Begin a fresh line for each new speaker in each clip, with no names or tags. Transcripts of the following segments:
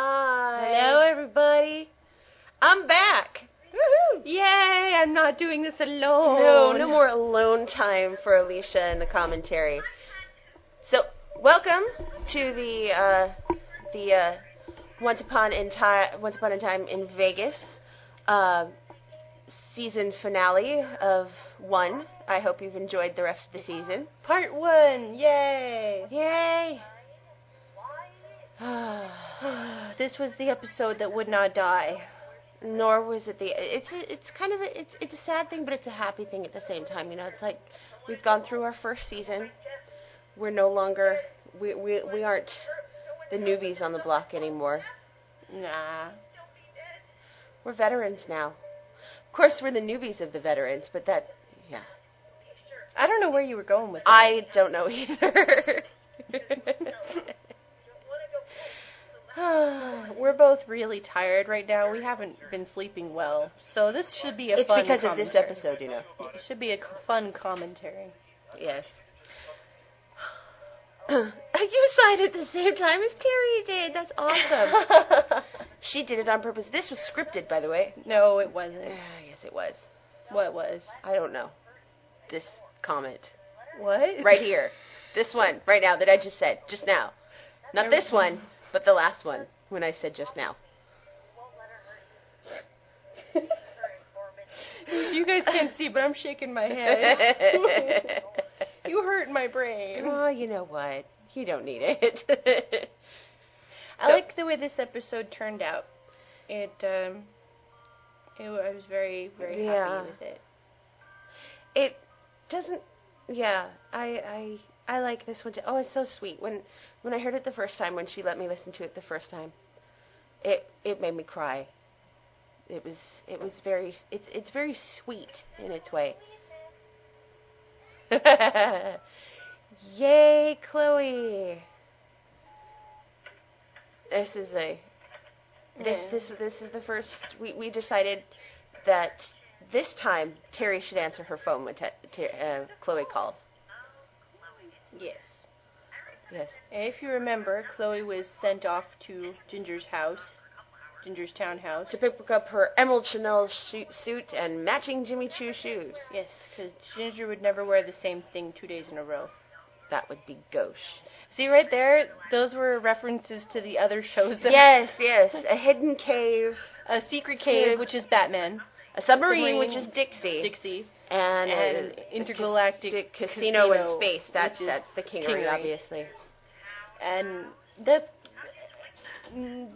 Hi.
Hello, everybody. I'm back.
Woohoo.
Yay! I'm not doing this alone.
No, Oh, no more alone time for Alicia and the commentary. So, welcome to the uh, the uh, Once Upon in Time Once Upon a Time in Vegas uh, season finale of one. I hope you've enjoyed the rest of the season.
Part one. Yay!
Yay!
this was the episode that would not die.
Nor was it the it's a, it's kind of a, it's it's a sad thing, but it's a happy thing at the same time. You know, it's like we've gone through our first season. We're no longer we we we aren't the newbies on the block anymore.
Nah.
We're veterans now. Of course, we're the newbies of the veterans, but that yeah.
I don't know where you were going with that.
I don't know either.
We're both really tired right now. We haven't been sleeping well, so this should be a
it's
fun.
because of this
commentary.
episode, you know.
It should be a c- fun commentary.
Yes. you signed at the same time as Terry did. That's awesome. she did it on purpose. This was scripted, by the way.
no, it
Uh,
wasn't.
yes, it was.
What was?
I don't know. This comment
What?
right here, this one right now that I just said just now. Not this one, but the last one when I said just now.
You guys can't see, but I'm shaking my head.
oh,
you hurt my brain.
you know what? You don't need it.
I like the way this episode turned out. It, um, it, I was very, very
Yeah.
happy with it.
it doesn't yeah i i i like this one too oh it's so sweet when when i heard it the first time when she let me listen to it the first time it it made me cry it was it was very it's it's very sweet in its way yay chloe this is a this
Yeah.
this this is the first we we decided that this time Terry should answer her phone when te- Ter- uh, Chloe calls.
Yes.
Yes.
And if you remember, Chloe was sent off to Ginger's house, Ginger's townhouse.
To pick up her emerald Chanel shoot, suit and matching Jimmy Choo shoes.
Yes, because Ginger would never wear the same thing two days in a row.
That would be gauche.
See right there, those were references to the other shows. That
yes, yes. A hidden cave,
A secret cave, which is Batman,
a submarine, which is
Submarine,
Dixie,
Dixie,
and, uh,
and
a,
intergalactic
a ca- casino,
casino,
in space. That's
which is
that's the kingery,
Kingery.
obviously.
and that's mm,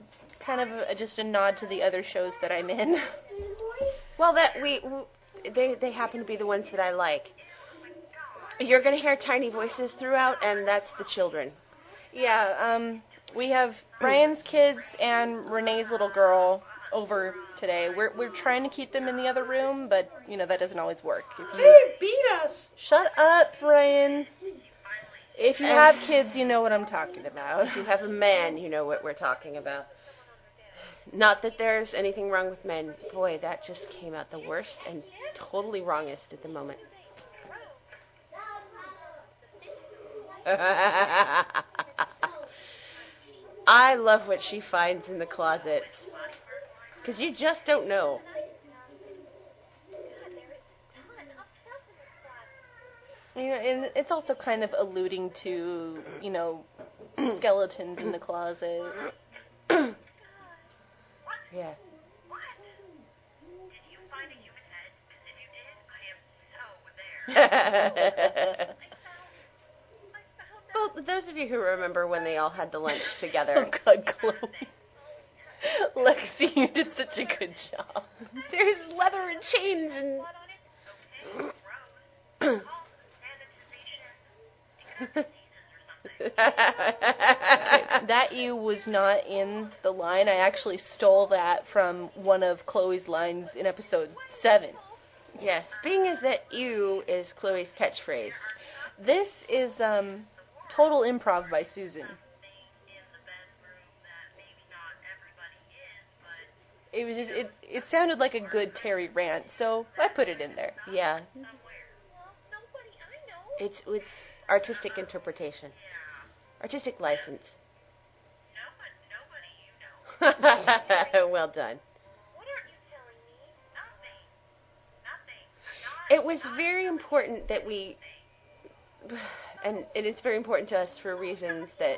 kind of a, just a nod to the other shows that I'm in.
Well, that we, w they they happen to be the ones that I like. You're gonna hear tiny voices throughout, and that's the children.
yeah, um, we have Brian's kids and Renee's little girl over today. We're we're trying to keep them in the other room, but you know that doesn't always work. If you,
beat us!
shut up, Brian. If you
And-
have kids, you know what I'm talking about.
If you have a man, you know what we're talking about. Not that there's anything wrong with men. Boy, that just came out the worst and totally wrongest at the moment. I love what she finds in the closet. Because you just don't know.
You know, and it's also kind of alluding to, you know, skeletons in the closet.
Yeah. well, those of you who remember when they all had the lunch
Oh
together,
God, Chloe, Lexi, you did such a good job.
there's leather and chains and.
That you was not in the line. I actually stole that from one of Chloe's lines in episode seven.
yes, being is that you is Chloe's catchphrase.
This is um, total improv by Susan. It was just, it it sounded like a good Terry rant, so I put it in there.
Yeah, it's it's artistic interpretation, artistic license. well done. It was very important that we, and it is very important to us for reasons that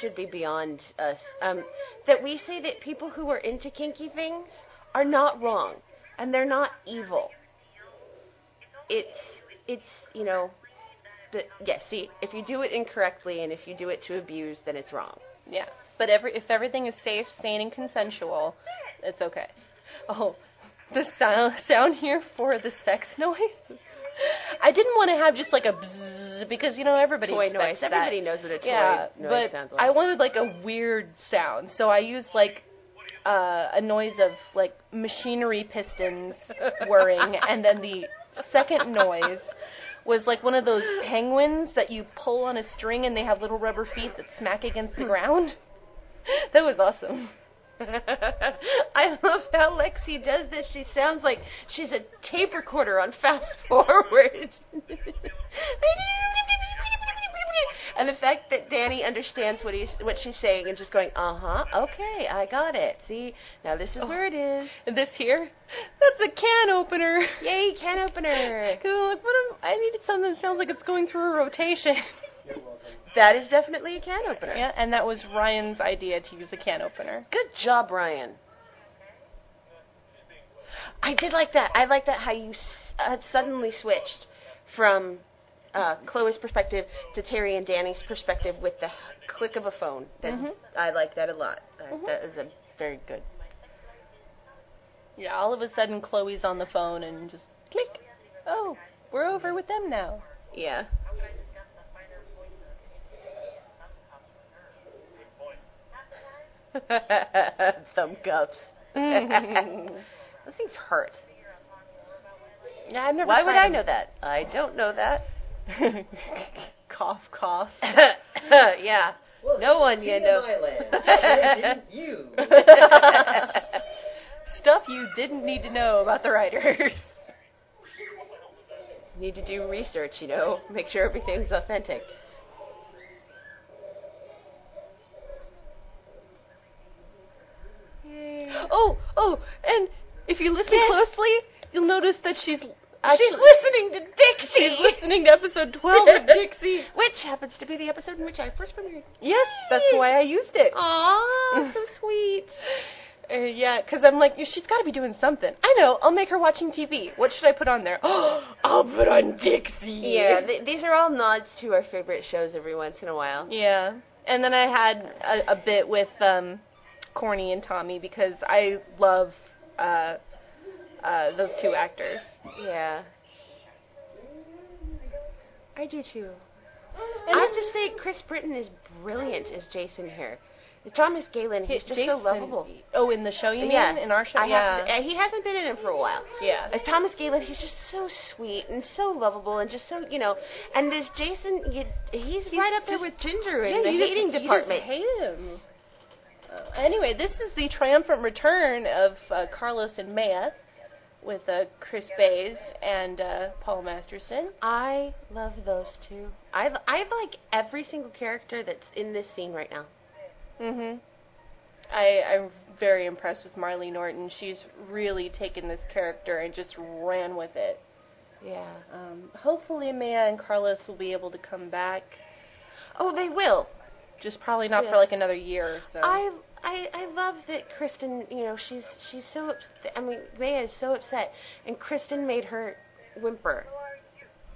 should be beyond us, um, that we say that people who are into kinky things are not wrong and they're not evil. It's, it's, you know, but yes, see, if you do it incorrectly and if you do it to abuse, then it's wrong.
Yeah. But every if everything is safe, sane, and consensual, it's okay. Oh, the sound sound here for the sex noise. I didn't want to have just like a bzzz because you know everybody
toy noise.
expects that.
Everybody knows what a toy
yeah,
noise
but
sounds like.
I wanted like a weird sound, so I used like uh, a noise of like machinery pistons whirring, and then the second noise was like one of those penguins that you pull on a string and they have little rubber feet that smack against the
Hmm.
ground. That was awesome.
I love how Lexi does this. She sounds like she's a tape recorder on fast forward. and the fact that Danny understands what he's what she's saying and just going, uh huh, okay, I got it. See, now this is
Oh.
where it is.
And this here, that's a can opener.
Yay, can opener.
'Cause I'm like, what am, I needed something that sounds like it's going through a rotation.
That is definitely a can opener.
yeah, and that was Ryan's idea to use a can opener.
Good job, Ryan. I did like that. I like that how you s- uh, suddenly switched from uh, Chloe's perspective to Terry and Danny's perspective with the click of a phone. That's,
Mhm.
I like that a lot. That-
Mhm.
That is a very good.
Yeah, all of a sudden Chloe's on the phone and just click. Oh, we're over with them now.
Yeah. Thumb cuffs. Those things hurt.
yeah, I've never
Why would
tried
I
them.
know that? I don't know that.
cough, cough.
yeah.
Well,
No one you
TMI
know.
land. Why didn't you.
Stuff you didn't need to know about the writers.
Need to do research, you know, make sure everything's authentic.
Oh, oh, and if you listen
Yes.
closely, you'll notice that she's
She's
actually
listening to Dixie,
she's listening to episode 12 of Dixie.
which happens to be the episode in which I first premiered.
Yes, that's why I used it.
Aww, so sweet.
Uh, yeah, because I'm like, she's got to be doing something. I know, I'll make her watching TV. What should I put on there? I'll put on Dixie.
Yeah, th- these are all nods to our favorite shows every once in a while.
Yeah, and then I had a, a bit with um, Corny and Tommy because I love uh, uh, those two actors.
Yeah. I do too.
And
I have to say, Chris Britton is brilliant as Jason here. Thomas Galen, he's just so
Jason-
lovable.
Oh, in the show you mean?
Yeah,
In our show?
I
yeah.
have, uh, he hasn't been in it for a while.
yeah.
As Thomas Galen, he's just so sweet and so lovable and just so you know. And this Jason, you, he's, right up there with Ginger in the
you just-
hating
you just
department.
hate him. Uh, anyway, this is the triumphant return of uh, Carlos and Maya with uh, Chris Bays and uh, Paul Masterson.
I love those two. I I like every single character that's in this scene right now.
Mm-hmm. I, I'm very impressed with Marley Norton. She's really taken this character and just ran with it.
Yeah.
Um, hopefully, Maya and Carlos will be able to come back.
Oh, they will.
Just probably not
Yeah.
for like another year or so.
I I I love that Kristen. You know, she's she's so. Ups- I mean, Maya is so upset, and Kristen made her whimper.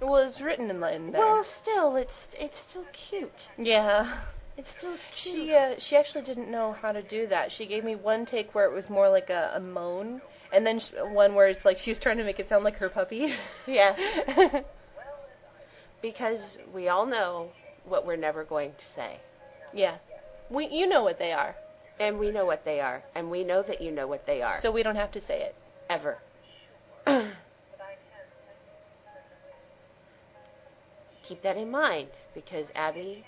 well, it's written in Latin. there.
Well, still, it's it's still cute.
yeah.
It's still cute.
She uh, she actually didn't know how to do that. She gave me one take where it was more like a, a moan, and then sh- one where it's like she was trying to make it sound like her puppy.
Yeah. Because we all know what we're never going to say.
yeah. We you know what they are,
And we know what they are. And we know that you know what they are.
so we don't have to say it.
ever. Keep that in mind because Abby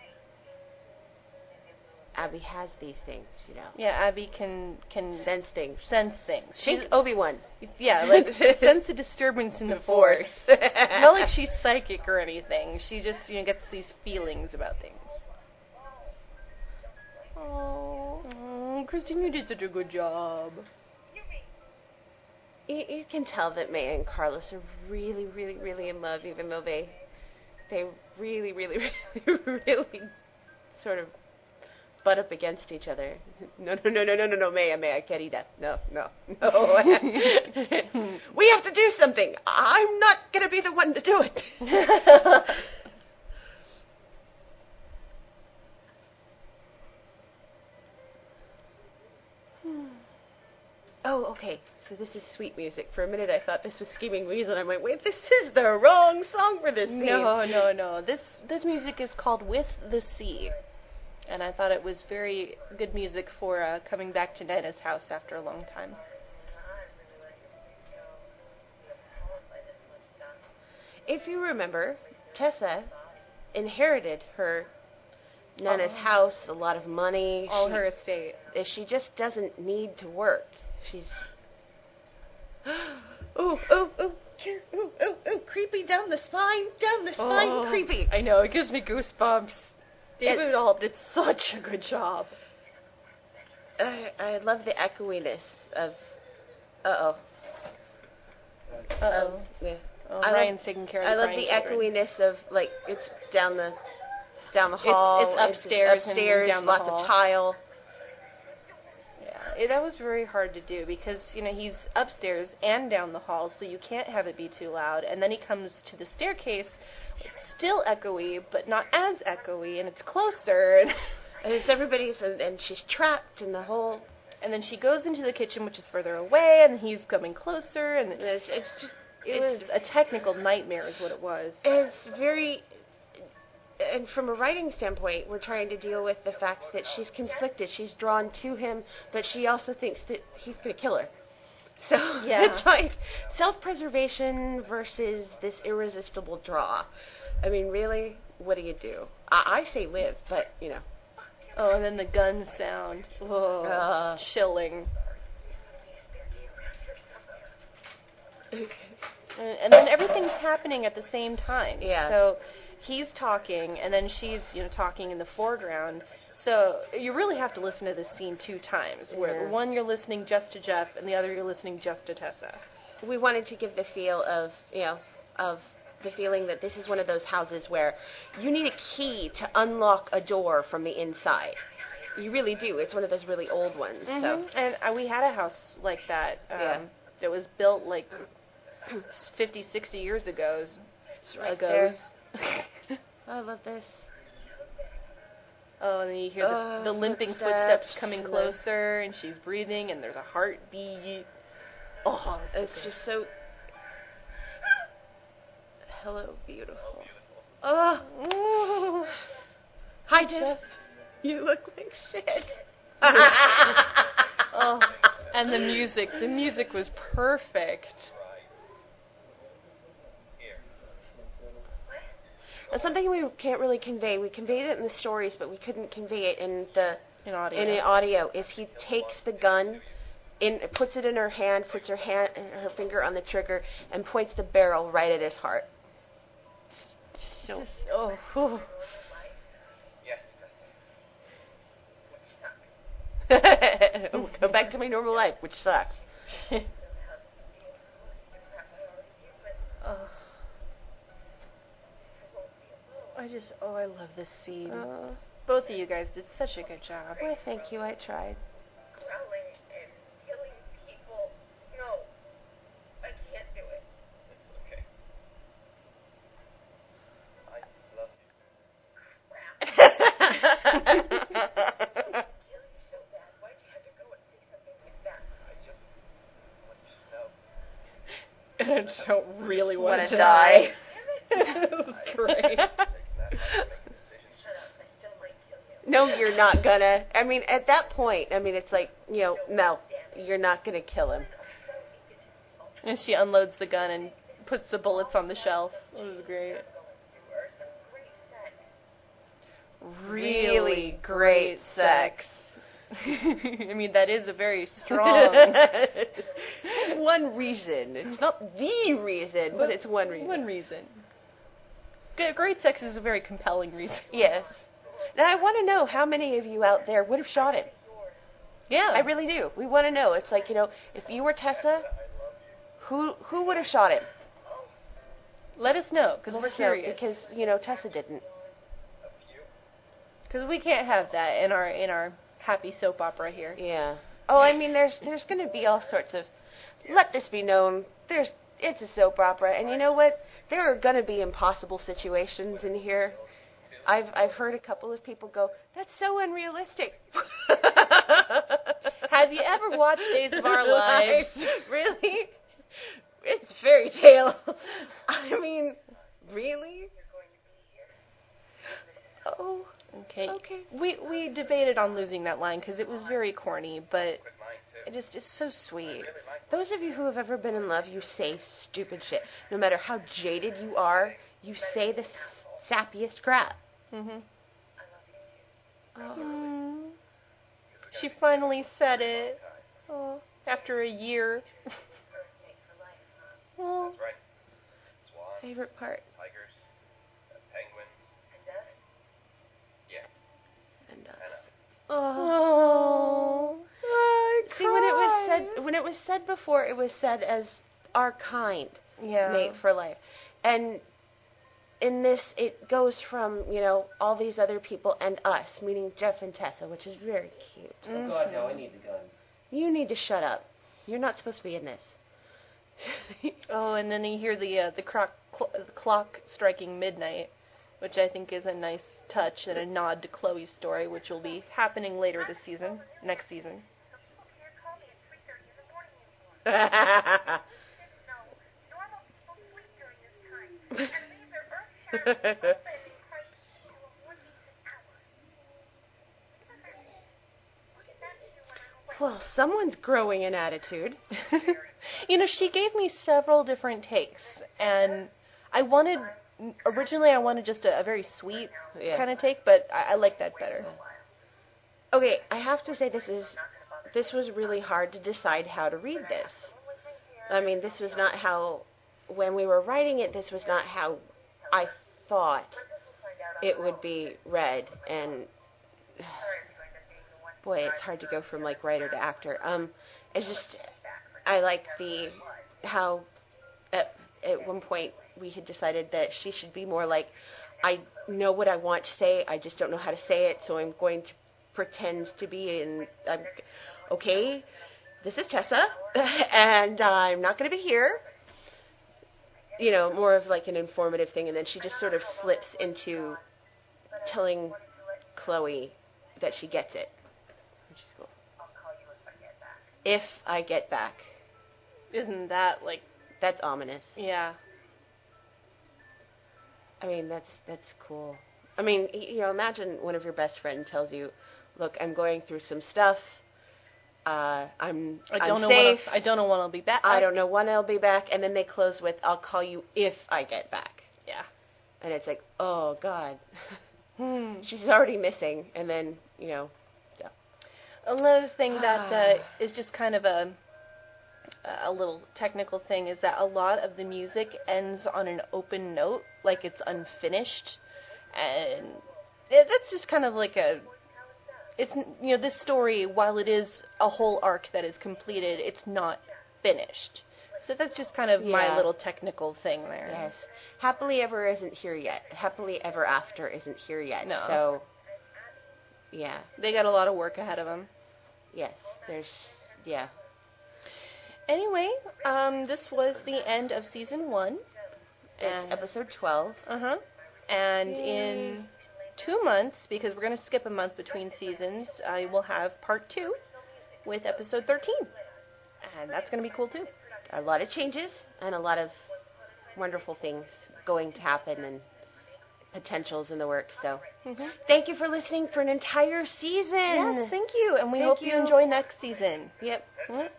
Abby has these things, you know.
Yeah, Abby can can
Sense things.
sense things. She's
She's Obi Wan.
yeah, like sense a disturbance in the force. Not like she's psychic or anything. She just you know gets these feelings about things.
Oh,
Oh, Christine, you did such a good job.
You, you can tell that Maya and Carlos are really, really, really in love, even though they they really, really, really, really sort of butt up against each other. No, no, no, no, no, no, no, Maya, Maya, querida. No, no, no. we have to do something. I'm not going to be the one to do it. oh, okay. So this is sweet music. For a minute, I thought this was Scheming Weasel, and I went, wait, this is the wrong song for this theme.
No, no, no. This this music is called With the Sea. And I thought it was very good music for uh, coming back to Nana's house after a long time.
If you remember, Tessa inherited her Nana's house, a lot of money.
All
she,
her estate.
she just doesn't need to work. She's ooh, ooh, ooh, ooh, ooh, ooh, creepy down the spine, down the spine, creepy.
Oh. I know, it gives me goosebumps. David
It-
Hall did such a good job.
I, I love the echoiness of. Uh oh.
Uh-oh.
Um, yeah.
Oh,
I love-
Ryan's taking care of
I
the
love
Ryan
the
children.
echoiness of like it's down the down the
It's-
hall.
it's upstairs and
upstairs,
down the
lots
hall.
of tile.
Yeah, it, that was very hard to do because you know he's upstairs and down the hall, so you can't have it be too loud. And then he comes to the staircase, it's still echoey, but not as echoey, and it's closer. And,
And it's everybody's and, and she's trapped in the whole.
and then she goes into the kitchen, which is further away, and he's coming closer. And it,
It's, it's just
it was a technical nightmare, is what it was.
it's very and from a writing standpoint we're trying to deal with the fact that she's conflicted she's drawn to him but she also thinks that he's going to kill her so
Yeah.
it's like self-preservation versus this irresistible draw i mean really what do you do i, I say live but you know
Oh, and then the gun sound. Whoa,
Ugh.
chilling. Mm, And, and then everything's happening at the same time.
Yeah.
So he's talking, and then she's you know talking in the foreground. So you really have to listen to this scene two times, where
Yeah.
the one you're listening just to Jeff, and the other you're listening just to Tessa.
we wanted to give the feel of you know of the feeling that this is one of those houses where you need a key to unlock a door from the inside. You really do. It's one of those really old ones. So
And uh, we had a house like that. Um,
Mm-hmm. Yeah.
That was built like 50, 60 years ago.
right
ago's.
I love this.
Oh, and then you hear the,
Oh,
the limping
footsteps.
footsteps, coming
Yes.
closer, and she's breathing, and there's a heartbeat. Oh,
It's just so. Hello, beautiful.
Uh,
Oh. Hi, Jeff. You look like shit.
oh. And the music, the music was perfect.
That's something we can't really convey. We conveyed it in the stories, but we couldn't convey it in the
In audio.
in the audio is he takes the gun in puts it in her hand, puts her hand her finger on the trigger and points the barrel right at his heart.
Just- oh, whew.
Go back to my normal life, which sucks.
oh. I just, oh, I love this scene.
Uh,
Both of you guys did such a good job.
well, thank you. I tried.
growling and killing people. No, I can't do it. Kill you so bad. Why'd you have to go and say something like that?
and I don't really want
Wanna
to
die.
It was great.
Shut up. I still might kill you.
no, you're not gonna. I mean, at that point, I mean, it's like you know, no, you're not gonna kill him.
and she unloads the gun and puts the bullets on the shelf. It was great.
Really great sex.
I mean, that is a very strong
That's one reason. It's not the reason, but it's one reason.
One reason. Good, great sex is a very compelling reason.
Yes. Now I want to know how many of you out there would have shot him.
Yeah.
I really do. We want to know. It's like you know, if you were Tessa, who who would have shot him?
Let us know because
Let
we're
us know,
curious.
because you know Tessa didn't.
Because we can't have that in our in our happy soap opera here.
Yeah. Oh, I mean, there's there's going to be all sorts of. Let this be known. There's it's a soap opera, and you know what? There are going to be impossible situations in here. I've I've heard a couple of people go, "That's so unrealistic."
Have you ever watched Days of Our Lives?
Like, really? It's a fairy tale. I mean, really? Oh,
Okay.
okay.
We we debated on losing that line because it was very corny, but it just it's so sweet.
Those of you who have ever been in love, you say stupid shit. No matter how jaded you are, you say the s- sappiest crap.
Mhm.
Oh.
Mm. She finally said it. Oh, after a year. oh,
Favorite part.
Tigers, uh, penguins.
And, uh,
oh.
see when it was said when it was said before, it was said as our kind,
yeah.
mate for life, and in this it goes from you know all these other people and us, meaning Jeff and Tessa, which is very cute.
Oh God, no! I need the gun.
You need to shut up. You're not supposed to be in this.
Oh, and then you hear the uh, the croc, cl- the clock striking midnight, which I think is a nice touch and a nod to Chloe's story, which will be happening later this season, next season.
well, someone's growing in attitude.
you know, she gave me several different takes, and I wanted originally I wanted just a, a very sweet
Yeah.
kind of take, but I, I like that better.
Okay, I have to say this is this was really hard to decide how to read this. I mean, this was not how when we were writing it, this was not how I thought it would be read and boy, it's hard to go from like writer to actor. Um it's just I like the how at, at one point we had decided that she should be more like I know what I want to say, I just don't know how to say it, so I'm going to pretend to be in I'm okay. This is Tessa and I'm not going to be here. You know, more of like an informative thing and then she just sort of slips into telling Chloe that she gets it. Which is cool. If I get back.
Isn't that like
That's ominous.
yeah?
I mean, that's that's cool. I mean, y- you know, imagine one of your best friend tells you, "Look, I'm going through some stuff. Uh, I'm
I
I'm
don't know. When
safe.
I'll, I don't know when I'll be back.
I don't know when I'll be back." And then they close with, "I'll call you if I get back."
Yeah.
And it's like, "Oh God,
Hmm.
she's already missing." And then you know,
Another thing that uh,
Ah.
is just kind of a a little technical thing is that a lot of the music ends on an open note, like it's unfinished, and it, that's just kind of like a it's n- you know this story while it is a whole arc that is completed, it's not finished. So that's just kind of my
Yeah.
little technical thing there.
yes, happily ever isn't here yet. Happily ever after isn't here yet.
No.
So, yeah,
They got a lot of work ahead of them.
yes, there's yeah.
Anyway, um, this was the end of season one.
It's episode twelve.
Uh huh. And
Yay.
in two months, because we're going to skip a month between seasons, I will have part two with episode 13. And that's going to be cool too.
a lot of changes and a lot of wonderful things going to happen and potentials in the works. So,
Mm-hmm.
thank you for listening for an entire season.
Yes, thank you. And we
Thank
hope you.
you.
enjoy next season.
yep.
Mhm.
Audio.com.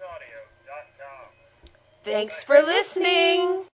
Thanks for listening.